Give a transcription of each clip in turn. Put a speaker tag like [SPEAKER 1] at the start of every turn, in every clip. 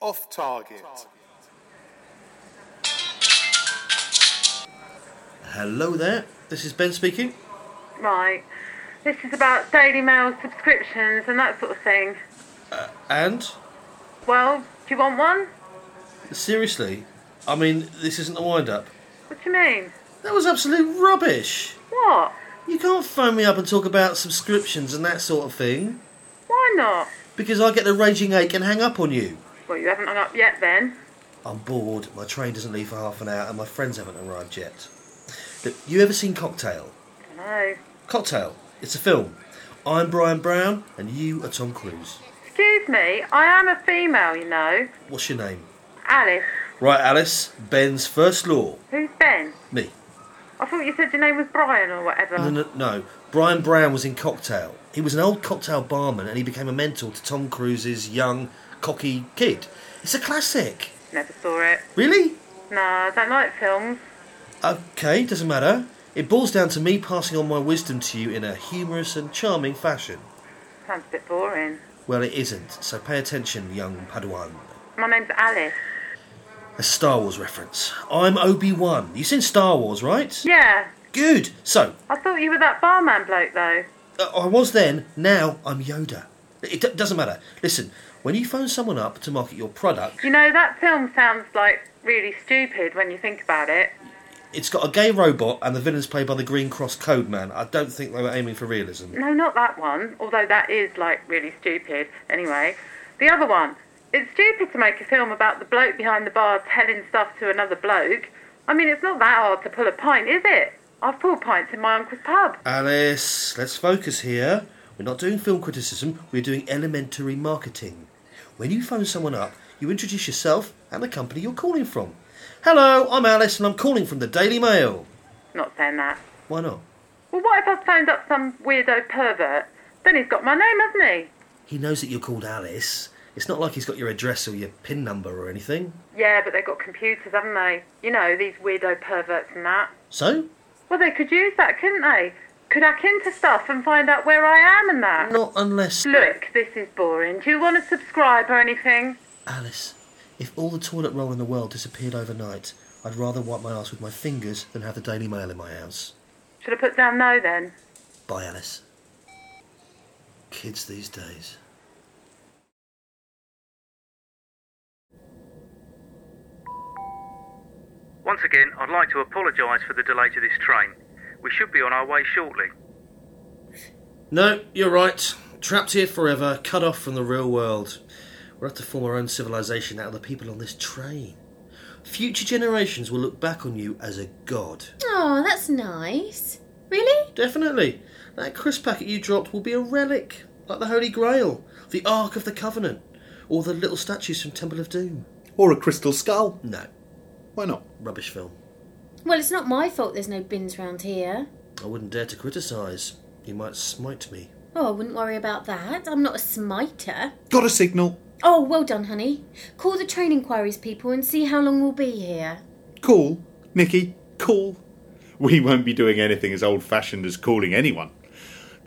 [SPEAKER 1] Off target.
[SPEAKER 2] Hello there, this is Ben speaking.
[SPEAKER 3] Right. This is about Daily Mail subscriptions and that sort of thing.
[SPEAKER 2] Uh, And
[SPEAKER 3] Well, do you want one?
[SPEAKER 2] seriously, I mean, this isn't a wind up.
[SPEAKER 3] What do you mean?
[SPEAKER 2] That was absolute rubbish.
[SPEAKER 3] What?
[SPEAKER 2] You can't phone me up and talk about subscriptions and that sort of thing
[SPEAKER 3] Why not?
[SPEAKER 2] because I get the raging ache and hang up on you.
[SPEAKER 3] Well, you haven't hung up yet then.
[SPEAKER 2] I'm bored, my train doesn't leave for half an hour, and my friends haven't arrived yet. Look, you ever seen Cocktail?
[SPEAKER 3] No.
[SPEAKER 2] Cocktail, it's a film. I'm Brian Brown, and you are Tom Cruise.
[SPEAKER 3] Excuse me, I am a female, you know.
[SPEAKER 2] What's your name?
[SPEAKER 3] Alice.
[SPEAKER 2] Right, Alice, Ben's first law.
[SPEAKER 3] Who's Ben?
[SPEAKER 2] Me.
[SPEAKER 3] I thought you said your name was Brian or whatever.
[SPEAKER 2] No, no, no. Brian Brown was in Cocktail. He was an old cocktail barman and he became a mentor to Tom Cruise's young, cocky kid. It's a classic.
[SPEAKER 3] Never saw it.
[SPEAKER 2] Really?
[SPEAKER 3] No, I don't like films.
[SPEAKER 2] Okay, doesn't matter. It boils down to me passing on my wisdom to you in a humorous and charming fashion.
[SPEAKER 3] Sounds a bit boring.
[SPEAKER 2] Well, it isn't, so pay attention, young Padawan.
[SPEAKER 3] My name's Alice.
[SPEAKER 2] A Star Wars reference. I'm Obi Wan. You've seen Star Wars, right?
[SPEAKER 3] Yeah,
[SPEAKER 2] Good. So,
[SPEAKER 3] I thought you were that barman bloke though.
[SPEAKER 2] Uh, I was then, now I'm Yoda. It d- doesn't matter. Listen, when you phone someone up to market your product,
[SPEAKER 3] You know, that film sounds like really stupid when you think about it.
[SPEAKER 2] it's got a gay robot and the villain's played by the Green Cross Code Man. I don't think they were aiming for realism.
[SPEAKER 3] No, not that one, although that is like really stupid. Anyway, the other one. It's stupid to make a film about the bloke behind the bar telling stuff to another bloke. I mean, it's not that hard to pull a pint, is it? I've pulled pints in my uncle's pub.
[SPEAKER 2] Alice, let's focus here. We're not doing film criticism, we're doing elementary marketing. When you phone someone up, you introduce yourself and the company you're calling from. Hello, I'm Alice and I'm calling from the Daily Mail.
[SPEAKER 3] Not saying that.
[SPEAKER 2] Why not?
[SPEAKER 3] Well, what if I've phoned up some weirdo pervert? Then he's got my name, hasn't he?
[SPEAKER 2] He knows that you're called Alice. It's not like he's got your address or your PIN number or anything.
[SPEAKER 3] Yeah, but they've got computers, haven't they? You know, these weirdo perverts and that.
[SPEAKER 2] So,
[SPEAKER 3] Well, they could use that, couldn't they? Could hack into stuff and find out where I am and that.
[SPEAKER 2] Not unless.
[SPEAKER 3] Look, this is boring. Do you want to subscribe or anything?
[SPEAKER 2] Alice, if all the toilet roll in the world disappeared overnight, I'd rather wipe my ass with my fingers than have the Daily Mail in my house.
[SPEAKER 3] Should I put down no then?
[SPEAKER 2] Bye, Alice. Kids these days.
[SPEAKER 4] Once again, I'd like to apologise for the delay to this train. We should be on our way shortly.
[SPEAKER 2] No, you're right. Trapped here forever, cut off from the real world. We'll have to form our own civilization out of the people on this train. Future generations will look back on you as a god.
[SPEAKER 5] Oh, that's nice. Really?
[SPEAKER 2] Definitely. That crisp packet you dropped will be a relic, like the Holy Grail, the Ark of the Covenant, or the little statues from Temple of Doom.
[SPEAKER 1] Or a crystal skull.
[SPEAKER 2] No,
[SPEAKER 1] Why not?
[SPEAKER 2] rubbish film.
[SPEAKER 5] Well, it's not my fault there's no bins round here.
[SPEAKER 2] I wouldn't dare to criticise. You might smite me.
[SPEAKER 5] Oh, I wouldn't worry about that. I'm not a smiter.
[SPEAKER 1] Got a signal.
[SPEAKER 5] Oh, well done, honey. Call the train inquiries people and see how long we'll be here.
[SPEAKER 1] Cool. Nikki,
[SPEAKER 2] Cool.
[SPEAKER 1] we won't be doing anything as old fashioned as calling anyone.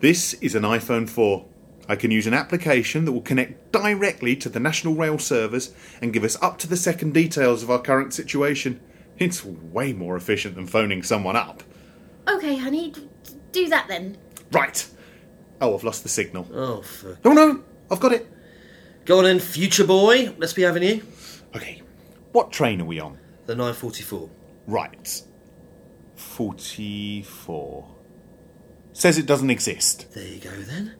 [SPEAKER 1] This is an iPhone 4. I can use an application that will connect directly to the National Rail servers and give us up to the second details of our current situation. It's way more efficient than phoning someone up.
[SPEAKER 5] Okay, honey, d- d- do that then.
[SPEAKER 1] Right. Oh, I've lost the signal.
[SPEAKER 2] Oh, fuck.
[SPEAKER 1] No, no, I've got it.
[SPEAKER 2] Go on then, future boy. Let's be having you.
[SPEAKER 1] Okay. What train are we on?
[SPEAKER 2] The 944.
[SPEAKER 1] Right. 44. Says it doesn't exist.
[SPEAKER 2] There you go then.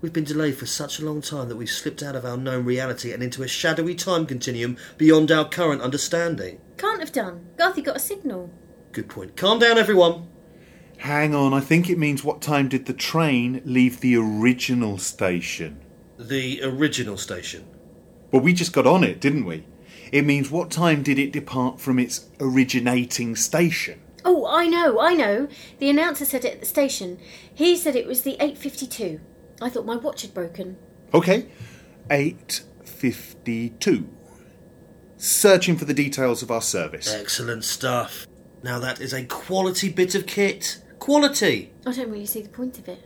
[SPEAKER 2] We've been delayed for such a long time that we've slipped out of our known reality and into a shadowy time continuum beyond our current understanding.
[SPEAKER 5] Can't have done. Garthy got a signal.
[SPEAKER 2] Good point. Calm down, everyone.
[SPEAKER 1] Hang on, I think it means what time did the train leave the original station?
[SPEAKER 2] The original station.
[SPEAKER 1] Well, we just got on it, didn't we? It means what time did it depart from its originating station?
[SPEAKER 5] Oh, I know, I know. The announcer said it at the station. He said it was the 8.52. I thought my watch had broken.
[SPEAKER 1] Okay, 8.52. Searching for the details of our service.
[SPEAKER 2] Excellent stuff. Now that is a quality bit of kit. Quality.
[SPEAKER 5] I don't really see the point of it.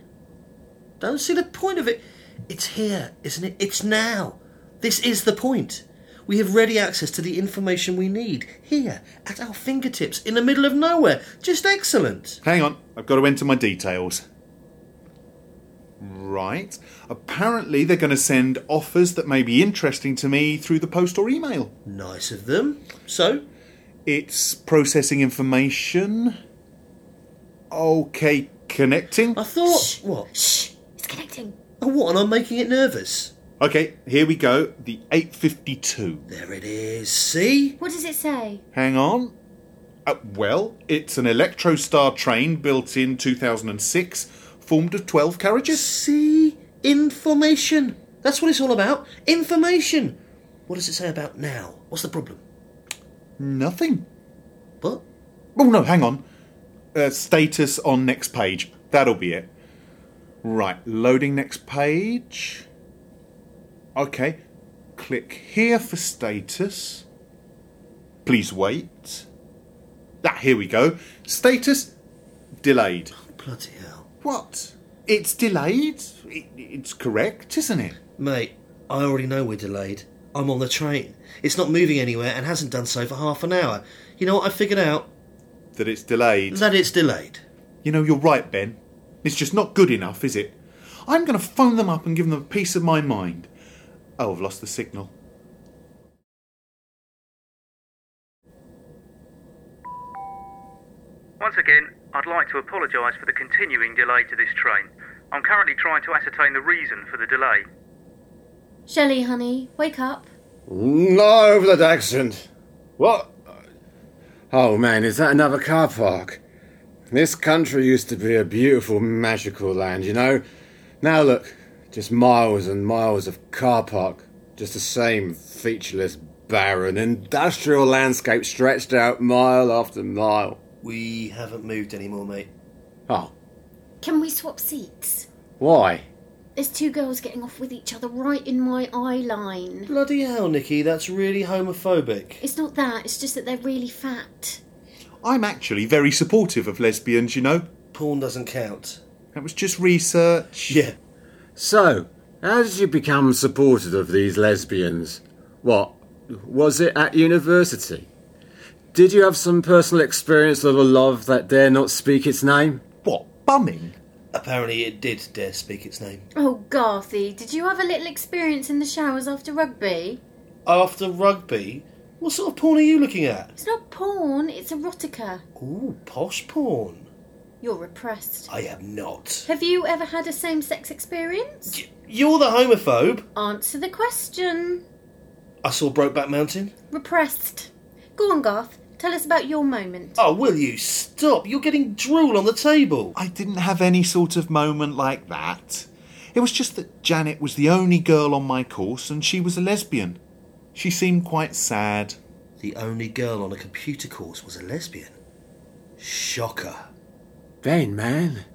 [SPEAKER 2] Don't see the point of it. It's here, isn't it? It's now. This is the point. We have ready access to the information we need here at our fingertips in the middle of nowhere. Just excellent.
[SPEAKER 1] Hang on, I've got to enter my details. Right. Apparently, they're going to send offers that may be interesting to me through the post or email.
[SPEAKER 2] Nice of them. So,
[SPEAKER 1] It's processing information. Okay, connecting.
[SPEAKER 2] I thought.
[SPEAKER 6] Shh.
[SPEAKER 2] What?
[SPEAKER 6] Shh, it's connecting.
[SPEAKER 2] Oh, what? And I'm making it nervous.
[SPEAKER 1] Okay, here we go. The 852.
[SPEAKER 2] There it is. See?
[SPEAKER 6] What does it say?
[SPEAKER 1] Hang on. Uh, well, it's an Electrostar train built in 2006, formed of 12 carriages.
[SPEAKER 2] See? Information. That's what it's all about. Information. What does it say about now? What's the problem?
[SPEAKER 1] Nothing.
[SPEAKER 2] What?
[SPEAKER 1] Oh no, hang on. Uh, status on next page. That'll be it. Right, loading next page. Okay, click here for status. Please wait. Ah, here we go. Status delayed.
[SPEAKER 2] Bloody hell.
[SPEAKER 1] What? It's delayed? It, it's correct, isn't it?
[SPEAKER 2] Mate, I already know we're delayed. I'm on the train. It's not moving anywhere and hasn't done so for half an hour. You know what I figured out?
[SPEAKER 1] That it's delayed.
[SPEAKER 2] That it's delayed.
[SPEAKER 1] You know, you're right, Ben. It's just not good enough, is it? I'm going to phone them up and give them a piece of my mind. Oh, I've lost the signal.
[SPEAKER 4] Once again, I'd like to apologise for the continuing delay to this train. I'm currently trying to ascertain the reason for the delay.
[SPEAKER 6] Shelley, honey, wake up.
[SPEAKER 7] Not over that accent. What? Oh man, is that another car park? This country used to be a beautiful, magical land, you know? Now look, just miles and miles of car park. Just the same featureless, barren, industrial landscape stretched out mile after mile.
[SPEAKER 2] We haven't moved anymore, mate.
[SPEAKER 7] Oh,
[SPEAKER 6] Can we swap seats?
[SPEAKER 7] why?
[SPEAKER 6] There's two girls getting off with each other right in my eye line.
[SPEAKER 2] Bloody hell, Nicky, that's really homophobic.
[SPEAKER 6] It's not that, it's just that they're really fat.
[SPEAKER 1] I'm actually very supportive of lesbians, you know.
[SPEAKER 2] Porn doesn't count.
[SPEAKER 1] That was just research.
[SPEAKER 2] Yeah.
[SPEAKER 7] So, how did you become supportive of these lesbians? What? Was it at university? Did you have some personal experience of a love that dare not speak its name?
[SPEAKER 1] What? Bumming?
[SPEAKER 2] Apparently it did dare speak its name.
[SPEAKER 6] Oh, Garthy, did you have a little experience in the showers after rugby?
[SPEAKER 2] After rugby, what sort of porn are you looking at?
[SPEAKER 6] It's not porn, it's erotica.
[SPEAKER 2] Ooh, posh porn.
[SPEAKER 6] You're repressed.
[SPEAKER 2] I am not.
[SPEAKER 6] Have you ever had a same sex experience?
[SPEAKER 2] Y- You're the homophobe.
[SPEAKER 6] Answer the question.
[SPEAKER 2] I saw Brokeback Mountain.
[SPEAKER 6] Repressed. Go on, Garth, tell us about your moment.
[SPEAKER 2] Oh, will you stop? You're getting drool on the table.
[SPEAKER 1] I didn't have any sort of moment like that. It was just that Janet was the only girl on my course and she was a lesbian. She seemed quite sad.
[SPEAKER 2] The only girl on a computer course was a lesbian. Shocker.
[SPEAKER 7] Ben, man,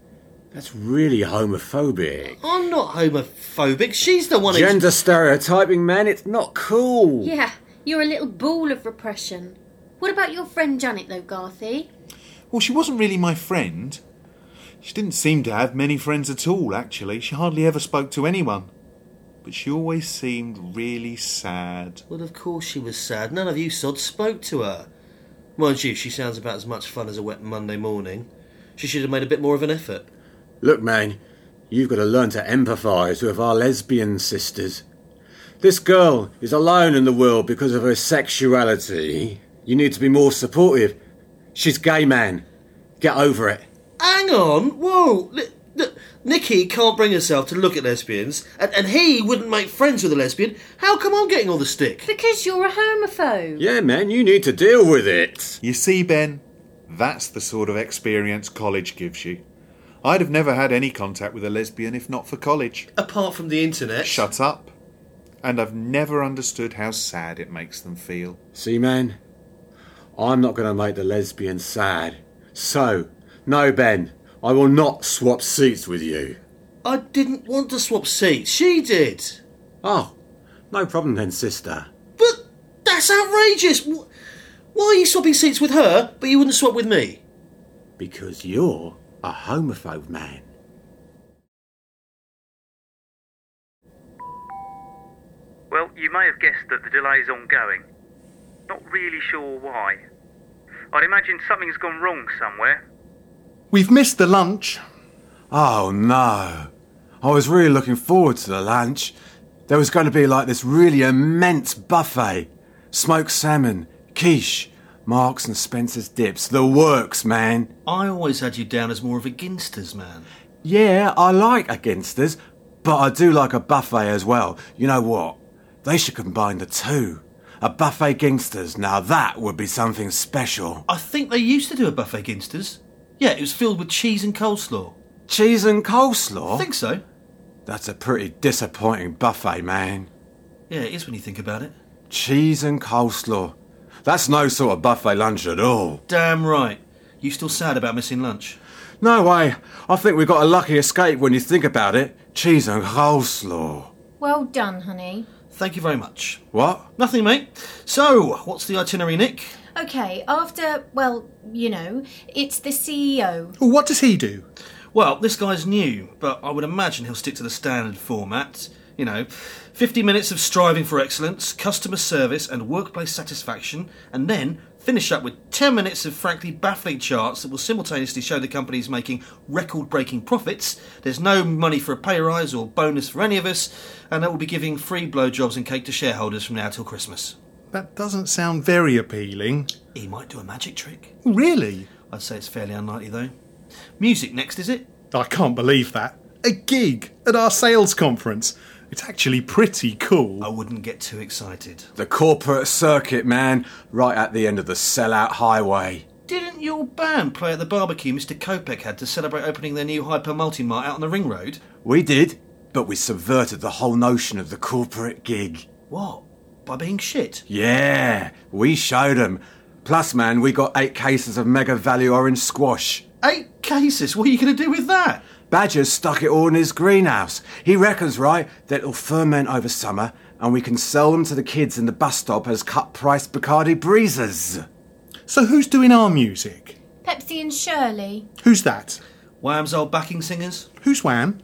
[SPEAKER 7] that's really homophobic.
[SPEAKER 2] I'm not homophobic. She's the one who's.
[SPEAKER 7] Gender stereotyping, man, it's not cool.
[SPEAKER 6] Yeah, you're a little ball of repression. What about your friend Janet, though, Garthy?
[SPEAKER 1] Well, she wasn't really my friend. She didn't seem to have many friends at all, actually. She hardly ever spoke to anyone. But she always seemed really sad.
[SPEAKER 2] Well, of course she was sad. None of you sods spoke to her. Mind you, she sounds about as much fun as a wet Monday morning. She should have made a bit more of an effort.
[SPEAKER 7] Look, man, you've got to learn to empathise with our lesbian sisters. This girl is alone in the world because of her sexuality. You need to be more supportive. She's gay, man. Get over it.
[SPEAKER 2] Hang on! Whoa! L- l- Nikki can't bring herself to look at lesbians, and, and he wouldn't make friends with a lesbian. How come I'm getting all the stick?
[SPEAKER 6] Because you're a homophobe.
[SPEAKER 7] Yeah, man, you need to deal with it.
[SPEAKER 1] You see, Ben, that's the sort of experience college gives you. I'd have never had any contact with a lesbian if not for college.
[SPEAKER 2] Apart from the internet.
[SPEAKER 1] Shut up. And I've never understood how sad it makes them feel.
[SPEAKER 7] See, man, I'm not going to make the lesbian sad. So, no, Ben, I will not swap seats with you.
[SPEAKER 2] I didn't want to swap seats. She did.
[SPEAKER 7] Oh, no problem then, sister.
[SPEAKER 2] But that's outrageous. Wh- Why are you swapping seats with her, but you wouldn't swap with me?
[SPEAKER 7] Because you're a homophobe, man.
[SPEAKER 4] Well, you may have guessed that the delay is ongoing. Not really sure why. I'd imagine something's gone wrong somewhere.
[SPEAKER 1] We've missed the lunch.
[SPEAKER 7] Oh no. I was really looking forward to the lunch. There was going to be like this really immense buffet smoked salmon, quiche, Marks and Spencer's dips, the works, man.
[SPEAKER 2] I always had you down as more of a ginsters man.
[SPEAKER 7] Yeah, I like againsters, but I do like a buffet as well. You know what? They should combine the two. A buffet gangsters, now that would be something special.
[SPEAKER 2] I think they used to do a buffet ginsters. Yeah, it was filled with cheese and coleslaw.
[SPEAKER 7] Cheese and coleslaw?
[SPEAKER 2] I think so.
[SPEAKER 7] That's a pretty disappointing buffet, man.
[SPEAKER 2] Yeah, it is when you think about it.
[SPEAKER 7] Cheese and coleslaw. That's no sort of buffet lunch at all.
[SPEAKER 2] Damn right. You still sad about missing lunch?
[SPEAKER 7] No way. I think we got a lucky escape when you think about it. Cheese and coleslaw.
[SPEAKER 6] Well done, honey.
[SPEAKER 2] Thank you very much.
[SPEAKER 7] What?
[SPEAKER 2] Nothing, mate. So, what's the itinerary, Nick?
[SPEAKER 6] Okay, after, well, you know, it's the E CEO.
[SPEAKER 8] Well, what does he do?
[SPEAKER 2] Well, this guy's new, but I would imagine he'll stick to the standard format. You know, 50 minutes of striving for excellence, customer service, and workplace satisfaction, and then finish up with 10 minutes of frankly baffling charts that will simultaneously show the company's making record breaking profits. There's no money for a pay rise or bonus for any of us, and that will be giving free blowjobs and cake to shareholders from now till Christmas.
[SPEAKER 8] That doesn't sound very appealing.
[SPEAKER 2] He might do a magic trick.
[SPEAKER 8] Really?
[SPEAKER 2] I'd say it's fairly unlikely, though. Music next, is it?
[SPEAKER 8] I can't believe that. A gig at our sales conference. It's actually pretty cool.
[SPEAKER 2] I wouldn't get too excited.
[SPEAKER 7] The corporate circuit, man. Right at the end of the sellout highway.
[SPEAKER 2] Didn't your band play at the barbecue Mr. Kopeck had to celebrate opening their new Hyper Multimart out on the ring road?
[SPEAKER 7] We did, but we subverted the whole notion of the corporate gig.
[SPEAKER 2] What? By being shit?
[SPEAKER 7] Yeah, we showed 'em. Plus, man, we got eight cases of mega value orange squash.
[SPEAKER 2] Eight cases? What are you going to do with that?
[SPEAKER 7] Badger's stuck it all in his greenhouse. He reckons, right, that it'll ferment over summer and we can sell them to the kids in the bus stop as cut price Bacardi breezers.
[SPEAKER 8] So, who's doing our music?
[SPEAKER 6] Pepsi and Shirley.
[SPEAKER 8] Who's that?
[SPEAKER 2] Wham's old backing singers?
[SPEAKER 8] Who's Wham?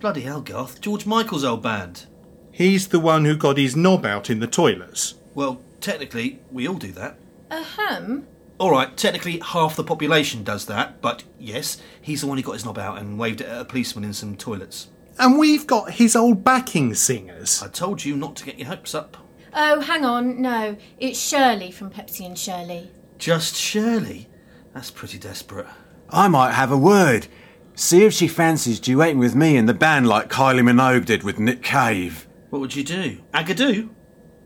[SPEAKER 2] Bloody hell, Garth. George Michael's old band.
[SPEAKER 8] He's the one who got his knob out in the toilets.
[SPEAKER 2] Well, technically, we all do that.
[SPEAKER 6] Ahem.
[SPEAKER 2] Alright, technically, half the population does that, but yes, he's the one who got his knob out and waved it at a policeman in some toilets.
[SPEAKER 8] And we've got his old backing singers.
[SPEAKER 2] I told you not to get your hopes up.
[SPEAKER 6] Oh, hang on, no, it's Shirley from Pepsi and Shirley.
[SPEAKER 2] Just Shirley? That's pretty desperate.
[SPEAKER 7] I might have a word. See if she fancies duetting with me in the band like Kylie Minogue did with Nick Cave.
[SPEAKER 2] What would you do? Agadoo?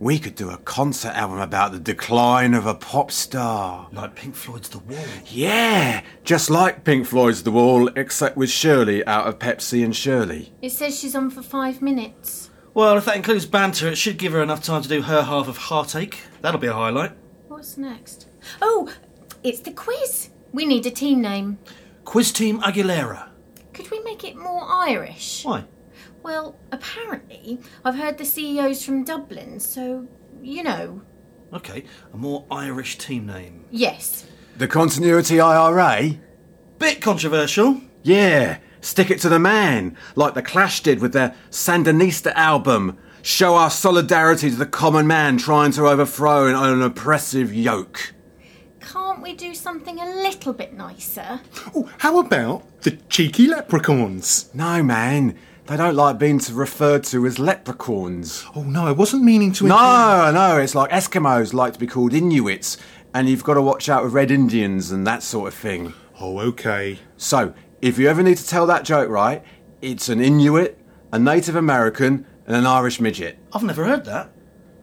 [SPEAKER 7] We could do a concert album about the decline of a pop star.
[SPEAKER 2] Like Pink Floyd's The Wall.
[SPEAKER 7] Yeah, just like Pink Floyd's The Wall, except with Shirley out of Pepsi and Shirley.
[SPEAKER 6] It says she's on for five minutes.
[SPEAKER 2] Well, if that includes banter, it should give her enough time to do her half of Heartache. That'll be a highlight.
[SPEAKER 6] What's next? Oh, it's the quiz. We need a team name.
[SPEAKER 2] Quiz Team Aguilera.
[SPEAKER 6] Could we make it more Irish?
[SPEAKER 2] Why?
[SPEAKER 6] Well, apparently, I've heard the CEO's from Dublin, so, you know,
[SPEAKER 2] Okay, a more Irish team name.
[SPEAKER 6] yes.
[SPEAKER 7] The continuity IRA?
[SPEAKER 2] Bit controversial.
[SPEAKER 7] Yeah, stick it to the man, like the Clash did with their Sandinista album. Show our solidarity to the common man trying to overthrow an, an oppressive yoke.
[SPEAKER 6] Can't we do something a little bit nicer?
[SPEAKER 8] Oh, how about the cheeky leprechauns?
[SPEAKER 7] No, man, they don't like being to- referred to as leprechauns.
[SPEAKER 8] Oh no, I wasn't meaning to.
[SPEAKER 7] No, no, it's like Eskimos like to be called Inuits, and you've got to watch out with Red Indians and that sort of thing.
[SPEAKER 8] Oh, okay.
[SPEAKER 7] So, if you ever need to tell that joke right, it's an Inuit, a Native American, and an Irish midget.
[SPEAKER 2] I've never heard that.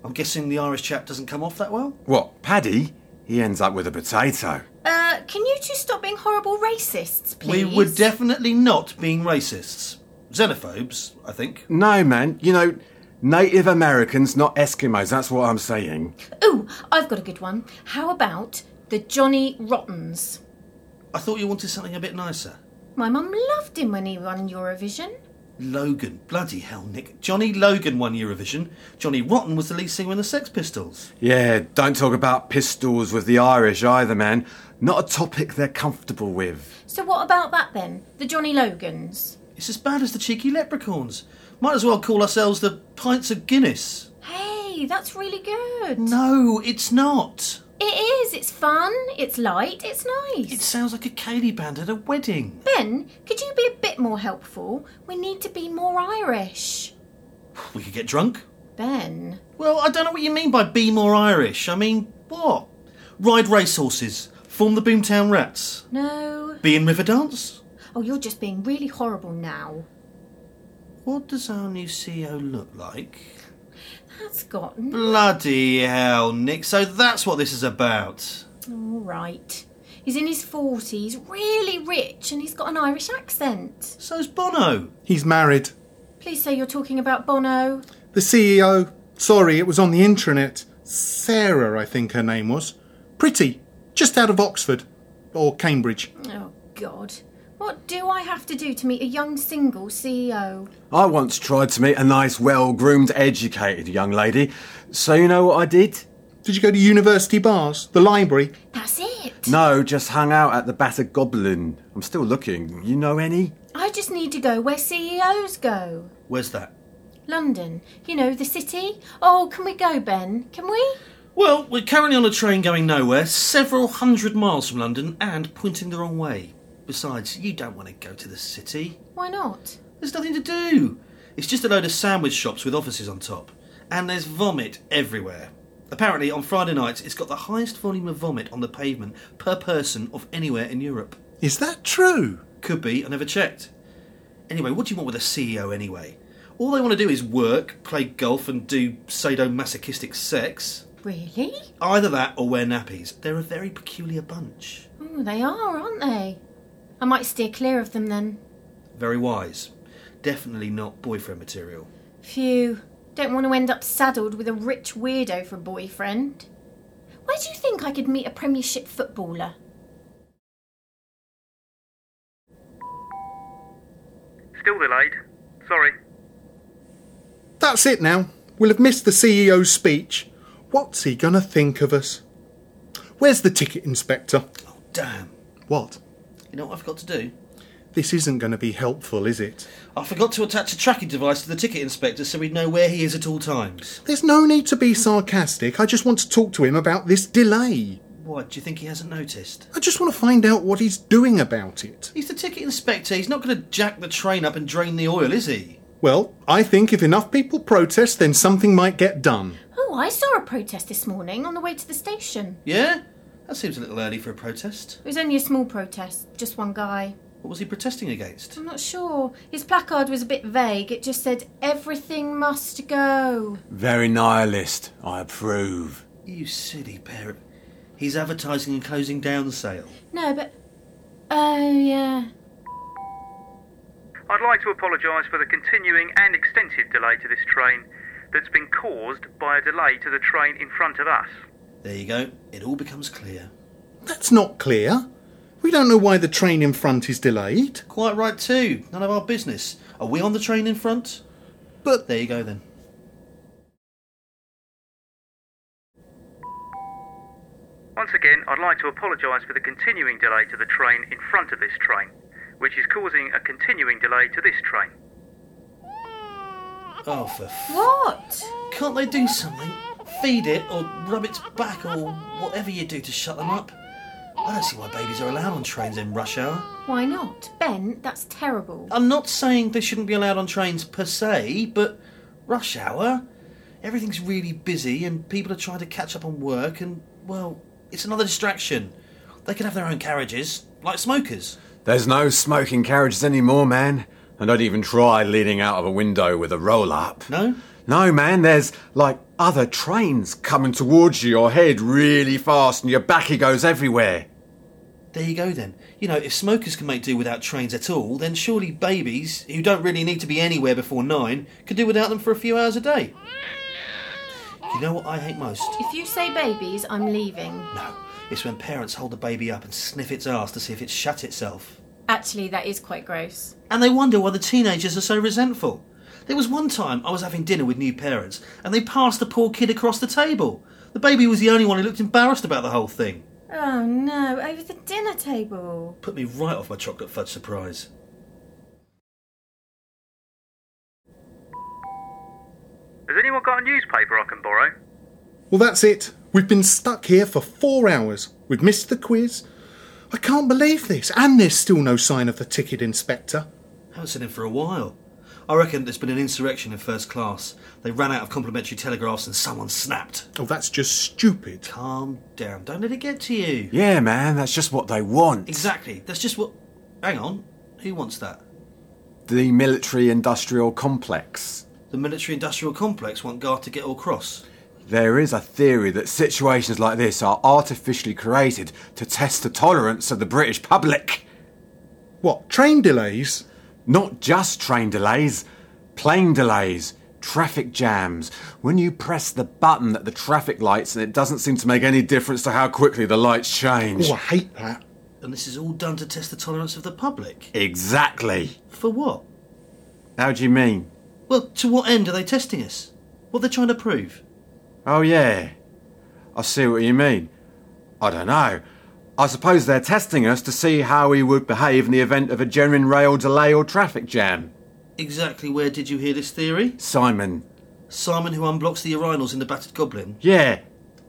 [SPEAKER 2] I'm guessing the Irish chap doesn't come off that well.
[SPEAKER 7] What, Paddy? He ends up with a potato.
[SPEAKER 6] Uh, can you two stop being horrible racists, please?
[SPEAKER 2] We were definitely not being racists. Xenophobes, I think.
[SPEAKER 7] No, man, you know, Native Americans, not Eskimos, that's what I'm saying.
[SPEAKER 6] Ooh, I've got a good one. How about the Johnny Rottens?
[SPEAKER 2] I thought you wanted something a bit nicer.
[SPEAKER 6] My mum loved him when he won Eurovision.
[SPEAKER 2] Logan. Bloody hell, Nick. Johnny Logan won Eurovision. Johnny Rotten was the lead singer in the Sex Pistols.
[SPEAKER 7] Yeah, don't talk about pistols with the Irish either, man. Not a topic they're comfortable with.
[SPEAKER 6] So what about that then? The Johnny Logans?
[SPEAKER 2] It's as bad as the cheeky leprechauns. Might as well call ourselves the Pints of Guinness.
[SPEAKER 6] Hey, Hey, that's really good.
[SPEAKER 9] No, it's not.
[SPEAKER 6] It is. It's fun. It's light. It's nice.
[SPEAKER 9] It sounds like a Kaylee band at a wedding.
[SPEAKER 6] Ben, could you be a bit more helpful? We need to be more Irish.
[SPEAKER 9] We could get drunk.
[SPEAKER 6] Ben.
[SPEAKER 9] Well, I don't know what you mean by be more Irish. I mean, what? Ride racehorses, form the Boomtown Rats,
[SPEAKER 6] No.
[SPEAKER 9] be in River Dance?
[SPEAKER 6] Oh, you're just being really horrible now.
[SPEAKER 9] What does our new CEO look like?
[SPEAKER 6] That's gotten.
[SPEAKER 9] Bloody hell, Nick. So that's what this is about.
[SPEAKER 6] All right. He's in his 40s, really rich, and he's got an Irish accent.
[SPEAKER 9] So's Bono.
[SPEAKER 8] He's married.
[SPEAKER 6] Please say you're talking about Bono.
[SPEAKER 8] The CEO, sorry, it was on the intranet. Sarah, I think her name was. Pretty, just out of Oxford or Cambridge.
[SPEAKER 6] Oh, God. What do I have to do to meet a young single E CEO?
[SPEAKER 7] I once tried to meet a nice, well groomed, educated young lady. So, you know what I did?
[SPEAKER 8] Did you go to university bars? The library?
[SPEAKER 6] That's it.
[SPEAKER 7] No, just hung out at the Battered Goblin. I'm still looking. You know any?
[SPEAKER 6] I just need to go where CEOs go.
[SPEAKER 9] Where's that?
[SPEAKER 6] London. You know, the city. Oh, can we go, Ben? Can we?
[SPEAKER 2] Well, we're currently on a train going nowhere, several hundred miles from London, and pointing the wrong way. Besides, you don't want to go to the city.
[SPEAKER 6] Why not?
[SPEAKER 2] There's nothing to do. It's just a load of sandwich shops with offices on top. And there's vomit everywhere. Apparently, on Friday nights, it's got the highest volume of vomit on the pavement per person of anywhere in Europe.
[SPEAKER 8] Is that true?
[SPEAKER 2] Could be, I never checked. Anyway, what do you want with a CEO anyway? All they want to do is work, play golf, and do sadomasochistic sex.
[SPEAKER 6] Really?
[SPEAKER 2] Either that or wear nappies. They're a very peculiar bunch.
[SPEAKER 6] Oh, they are, aren't they? I might steer clear of them then.
[SPEAKER 2] Very wise. Definitely not boyfriend material.
[SPEAKER 6] Phew. Don't want to end up saddled with a rich weirdo for a boyfriend. Where do you think I could meet a Premiership footballer?
[SPEAKER 4] Still delayed. Sorry.
[SPEAKER 8] That's it now. We'll have missed the CEO's speech. What's he gonna think of us? Where's the ticket inspector?
[SPEAKER 2] Damn.
[SPEAKER 8] What?
[SPEAKER 2] You know what I forgot to do?
[SPEAKER 8] This isn't gonna be helpful, is it?
[SPEAKER 2] I forgot to attach a tracking device to the ticket inspector so we'd know where he is at all times.
[SPEAKER 8] There's no need to be sarcastic. I just want to talk to him about this delay.
[SPEAKER 2] What, do you think he hasn't noticed?
[SPEAKER 8] I just want to find out what he's doing about it.
[SPEAKER 2] He's the ticket inspector. He's not going to jack the train up and drain the oil, is he?
[SPEAKER 8] Well, I think if enough people protest, then something might get done.
[SPEAKER 6] Oh, I saw a protest this morning on the way to the station.
[SPEAKER 2] Yeah? That seems a little early for a protest.
[SPEAKER 6] It was only a small protest, just one guy.
[SPEAKER 2] What was he protesting against?
[SPEAKER 6] I'm not sure. His placard was a bit vague. It just said, Everything must go.
[SPEAKER 7] Very nihilist. I approve.
[SPEAKER 2] You silly parrot. He's advertising and closing down sale.
[SPEAKER 6] No, but. Oh, yeah.
[SPEAKER 4] I'd like to apologise for the continuing and extensive delay to this train that's been caused by a delay to the train in front of us.
[SPEAKER 2] There you go. It all becomes clear.
[SPEAKER 8] That's not clear. We don't know why the train in front is delayed.
[SPEAKER 2] Quite right, too. None of our business. Are we on the train in front?
[SPEAKER 8] But-
[SPEAKER 2] There you go then.
[SPEAKER 4] Once again, I'd like to apologise for the continuing delay to the train in front of this train, which is causing a continuing delay to this train.
[SPEAKER 2] Oh, for f-
[SPEAKER 6] What?
[SPEAKER 2] Can't they do something? Feed it or rub its back or whatever you do to shut them up? I don't see why babies are allowed on trains in rush hour.
[SPEAKER 6] Why not? Ben, that's terrible.
[SPEAKER 2] I'm not saying they shouldn't be allowed on trains per se, but rush hour? Everything's really busy and people are trying to catch up on work and, well, it's another distraction. They can have their own carriages, like smokers.
[SPEAKER 7] There's no smoking carriages anymore, man. And I'd even try leaning out of a window with a roll up.
[SPEAKER 2] No?
[SPEAKER 7] No, man, there's like other trains coming towards you, your head really fast, and your backy goes everywhere.
[SPEAKER 2] There you go then. You know, if smokers can make do without trains at all, then surely babies, who don't really need to be anywhere before nine, can do without them for a few hours a day. You know what I hate most?
[SPEAKER 6] If you say babies, I'm leaving.
[SPEAKER 2] No, it's when parents hold a baby up and sniff its ass to see if it's shut itself.
[SPEAKER 6] Actually, that is quite gross.
[SPEAKER 2] And they wonder why the teenagers are so resentful. There was one time I was having dinner with new parents, and they passed the poor kid across the table. The baby was the only one who looked embarrassed about the whole thing.
[SPEAKER 6] Oh, no, over the dinner table.
[SPEAKER 2] Put me right off my chocolate fudge surprise.
[SPEAKER 4] Has anyone got a newspaper I can borrow?
[SPEAKER 8] Well, that's it. We've been stuck here for four hours. We've missed the quiz. I can't believe this. And there's still no sign of the ticket inspector.
[SPEAKER 2] Haven't seen him for a while. I reckon there's been an insurrection in first class. They ran out of complimentary telegraphs and someone snapped.
[SPEAKER 8] Oh, that's just stupid.
[SPEAKER 2] Calm down. Don't let it get to you.
[SPEAKER 7] Yeah, man, that's just what they want.
[SPEAKER 2] Exactly. That's just what. Hang on. Who wants that?
[SPEAKER 7] The military industrial complex.
[SPEAKER 2] The military industrial complex want Gar to get all cross.
[SPEAKER 7] There is a theory that situations like this are artificially created to test the tolerance of the British public.
[SPEAKER 8] What, train delays?
[SPEAKER 7] Not just train delays, plane delays, traffic jams. When you press the button at the traffic lights and it doesn't seem to make any difference to how quickly the lights change.
[SPEAKER 8] Oh, I hate that.
[SPEAKER 2] And this is all done to test the tolerance of the public.
[SPEAKER 7] Exactly.
[SPEAKER 2] For what?
[SPEAKER 7] How do you mean?
[SPEAKER 2] Well, to what end are they testing us? What they're trying to prove?
[SPEAKER 7] Oh, yeah. I see what you mean. I don't know. I suppose they're testing us to see how we would behave in the event of a genuine rail delay or traffic jam.
[SPEAKER 2] Exactly where did you hear this theory?
[SPEAKER 7] Simon.
[SPEAKER 2] Simon who unblocks the urinals in the battered goblin,
[SPEAKER 7] Yeah,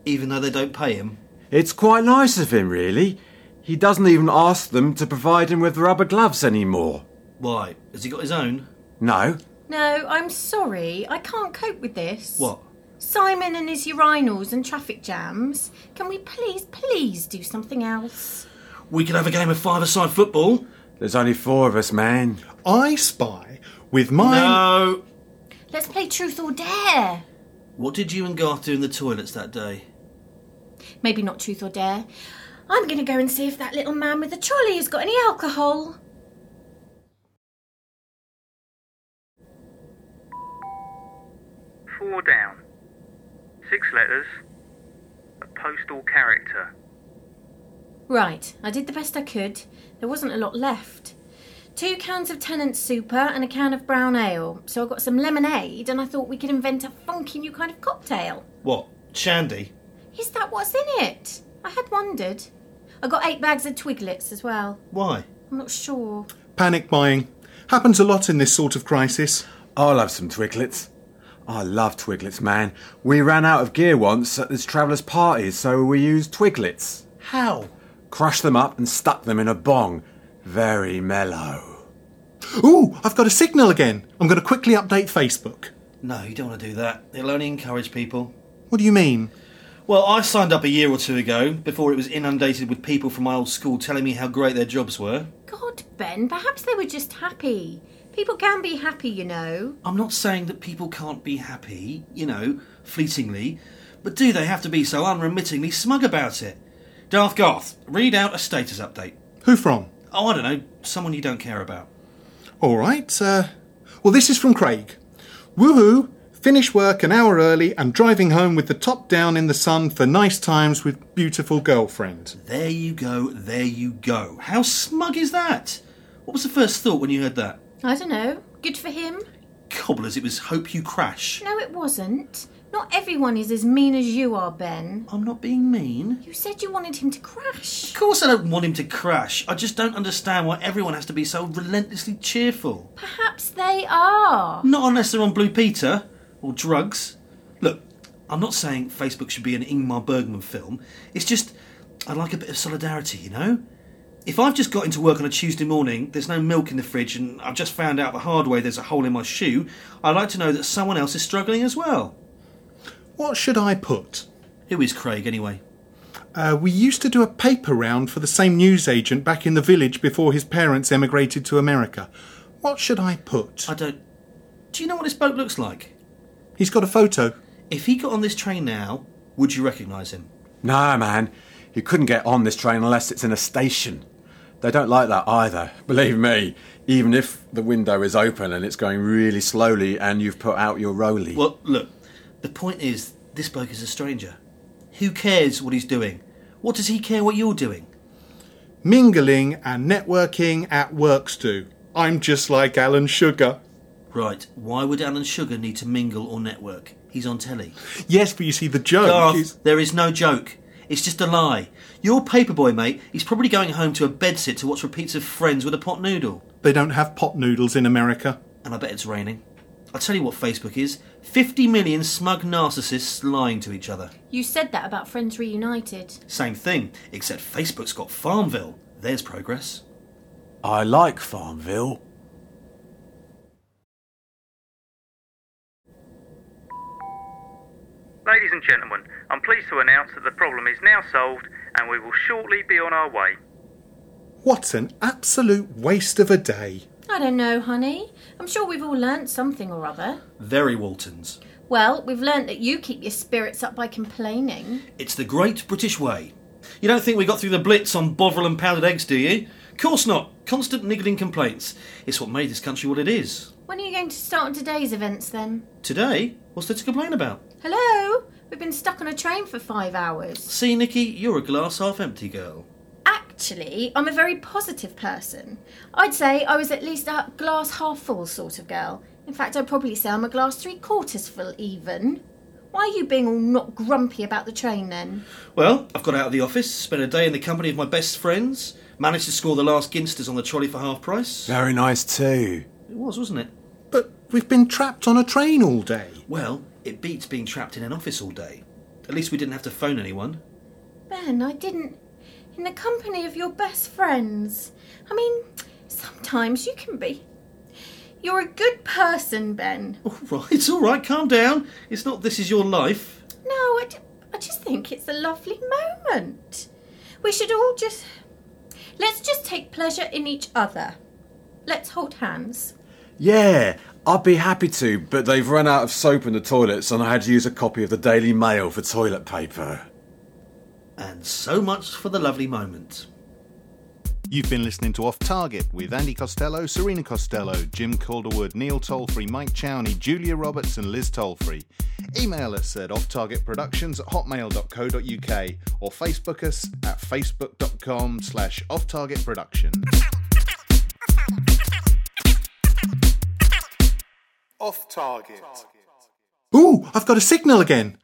[SPEAKER 2] even though they don't pay him.
[SPEAKER 7] it's quite nice of him, really. He doesn't even ask them to provide him with rubber gloves anymore.
[SPEAKER 2] Why? Has he got his own?
[SPEAKER 7] No.
[SPEAKER 6] No, I'm sorry. I can't cope with this.
[SPEAKER 2] What?
[SPEAKER 6] Simon and his urinals and traffic jams. Can we please, please do something else?
[SPEAKER 2] We could have a game of five-a-side football.
[SPEAKER 7] There's only four of us, man.
[SPEAKER 8] I spy with my.
[SPEAKER 2] No.
[SPEAKER 6] Let's play truth or dare.
[SPEAKER 2] What did you and Garth do in the toilets that day?
[SPEAKER 6] Maybe not truth or dare. I'm going to go and see if that little man with the trolley has got any alcohol.
[SPEAKER 4] Four down. Six letters. A postal character.
[SPEAKER 6] Right, I did the best I could. There wasn't a lot left. Two cans of Tennant's Super and a can of brown ale. So I got some lemonade and I thought we could invent a funky new kind of cocktail.
[SPEAKER 2] What? Shandy.
[SPEAKER 6] Is that what's in it? I had wondered. I got eight bags of Twiglets as well.
[SPEAKER 2] Why?
[SPEAKER 6] I'm not sure.
[SPEAKER 8] Panic buying. Happens a lot in this sort of crisis.
[SPEAKER 7] I'll have some twiglets. I love twiglets, man. We ran out of gear once at this traveller's party, so we used twiglets.
[SPEAKER 2] How?
[SPEAKER 7] Crushed them up and stuck them in a bong. Very mellow.
[SPEAKER 8] Ooh, I've got a signal again. I'm going to quickly update Facebook.
[SPEAKER 2] No, you don't want to do that. It'll only encourage people.
[SPEAKER 8] What do you mean?
[SPEAKER 2] Well, I signed up a year or two ago before it was inundated with people from my old school telling me how great their jobs were.
[SPEAKER 6] God, Ben, perhaps they were just happy. People can be happy, you know.
[SPEAKER 2] I'm not saying that people can't be happy, you know, fleetingly, but do they have to be so unremittingly smug about it? Darth Garth, read out a status update.
[SPEAKER 8] Who from?
[SPEAKER 2] Oh, I don't know, someone you don't care about.
[SPEAKER 8] All right. Uh, well, this is from Craig. Woohoo! Finish work an hour early and driving home with the top down in the sun for nice times with beautiful girlfriend.
[SPEAKER 2] There you go, there you go. How smug is that? What was the first thought when you heard that?
[SPEAKER 6] I don't know. Good for him?
[SPEAKER 2] Cobblers, it was hope you crash.
[SPEAKER 6] No, it wasn't. Not everyone is as mean as you are, Ben.
[SPEAKER 2] I'm not being mean.
[SPEAKER 6] You said you wanted him to crash.
[SPEAKER 2] Of course, I don't want him to crash. I just don't understand why everyone has to be so relentlessly cheerful.
[SPEAKER 6] Perhaps they are.
[SPEAKER 2] Not unless they're on Blue Peter or drugs. Look, I'm not saying Facebook should be an Ingmar Bergman film. It's just I like a bit of solidarity, you know? If I've just got into work on a Tuesday morning, there's no milk in the fridge, and I've just found out the hard way there's a hole in my shoe, I'd like to know that someone else is struggling as well.
[SPEAKER 8] What should I put?
[SPEAKER 2] Who is Craig, anyway?
[SPEAKER 8] Uh, we used to do a paper round for the same newsagent back in the village before his parents emigrated to America. What should I put?
[SPEAKER 2] I don't. Do you know what this boat looks like?
[SPEAKER 8] He's got a photo.
[SPEAKER 2] If he got on this train now, would you recognise him?
[SPEAKER 7] No, man. You couldn't get on this train unless it's in a station. They don't like that either, believe me. Even if the window is open and it's going really slowly and you've put out your rolly.
[SPEAKER 2] Well, look, the point is, this bloke is a stranger. Who cares what he's doing? What does he care what you're doing?
[SPEAKER 8] Mingling and networking at works do. I'm just like Alan Sugar.
[SPEAKER 2] Right, why would Alan Sugar need to mingle or network? He's on telly.
[SPEAKER 8] Yes, but you see, the joke is.
[SPEAKER 2] Garth, there is no joke. It's just a lie. Your paperboy mate, he's probably going home to a bedsit to watch repeats of Friends with a pot noodle.
[SPEAKER 8] They don't have pot noodles in America.
[SPEAKER 2] And I bet it's raining. I tell you what Facebook is 50 million smug narcissists lying to each other.
[SPEAKER 6] You said that about Friends Reunited.
[SPEAKER 2] Same thing, except Facebook's got Farmville. There's progress.
[SPEAKER 7] I like Farmville.
[SPEAKER 4] Ladies and gentlemen, I'm pleased to announce that the problem is now solved and we will shortly be on our way.
[SPEAKER 10] What an absolute waste of a day.
[SPEAKER 6] I don't know, honey. I'm sure we've all learnt something or other.
[SPEAKER 2] Very Waltons.
[SPEAKER 6] Well, we've learnt that you keep your spirits up by complaining.
[SPEAKER 2] It's the great British way. You don't think we got through the Blitz on Bovril and powdered eggs, do you? Course not. Constant niggling complaints. It's what made this country what it is.
[SPEAKER 6] When are you going to start on today's events then?
[SPEAKER 2] Today, what's there to complain about?
[SPEAKER 6] Hello? We've been stuck on a train for five hours.
[SPEAKER 2] See, Nikki, you're a glass half empty girl.
[SPEAKER 6] Actually, I'm a very positive person. I'd say I was at least a glass half full sort of girl. In fact, I'd probably say I'm a glass three quarters full even. Why are you being all not grumpy about the train then?
[SPEAKER 2] Well, I've got out of the office, spent a day in the company of my best friends, managed to score the last ginsters on the trolley for half price.
[SPEAKER 7] Very nice too.
[SPEAKER 2] It was, wasn't it?
[SPEAKER 10] But we've been trapped on a train all day.
[SPEAKER 2] Well, it beats being trapped in an office all day. At least we didn't have to phone anyone.
[SPEAKER 6] Ben, I didn't. In the company of your best friends. I mean, sometimes you can be. You're a good person, Ben.
[SPEAKER 2] All right, it's all right, calm down. It's not this is your life.
[SPEAKER 6] No, I, ju- I just think it's a lovely moment. We should all just. Let's just take pleasure in each other. Let's hold hands.
[SPEAKER 7] Yeah, I'd be happy to, but they've run out of soap in the toilets and I had to use a copy of the Daily Mail for toilet paper.
[SPEAKER 2] And so much for the lovely moment.
[SPEAKER 8] You've been listening to Off Target with Andy Costello, Serena Costello, Jim Calderwood, Neil Tolfrey, Mike Chowney, Julia Roberts, and Liz Tolfrey. Email us at offtargetproductions at hotmail.co.uk or Facebook us at facebook.com slash offtargetproduction.
[SPEAKER 10] Ooh, I've got a signal again.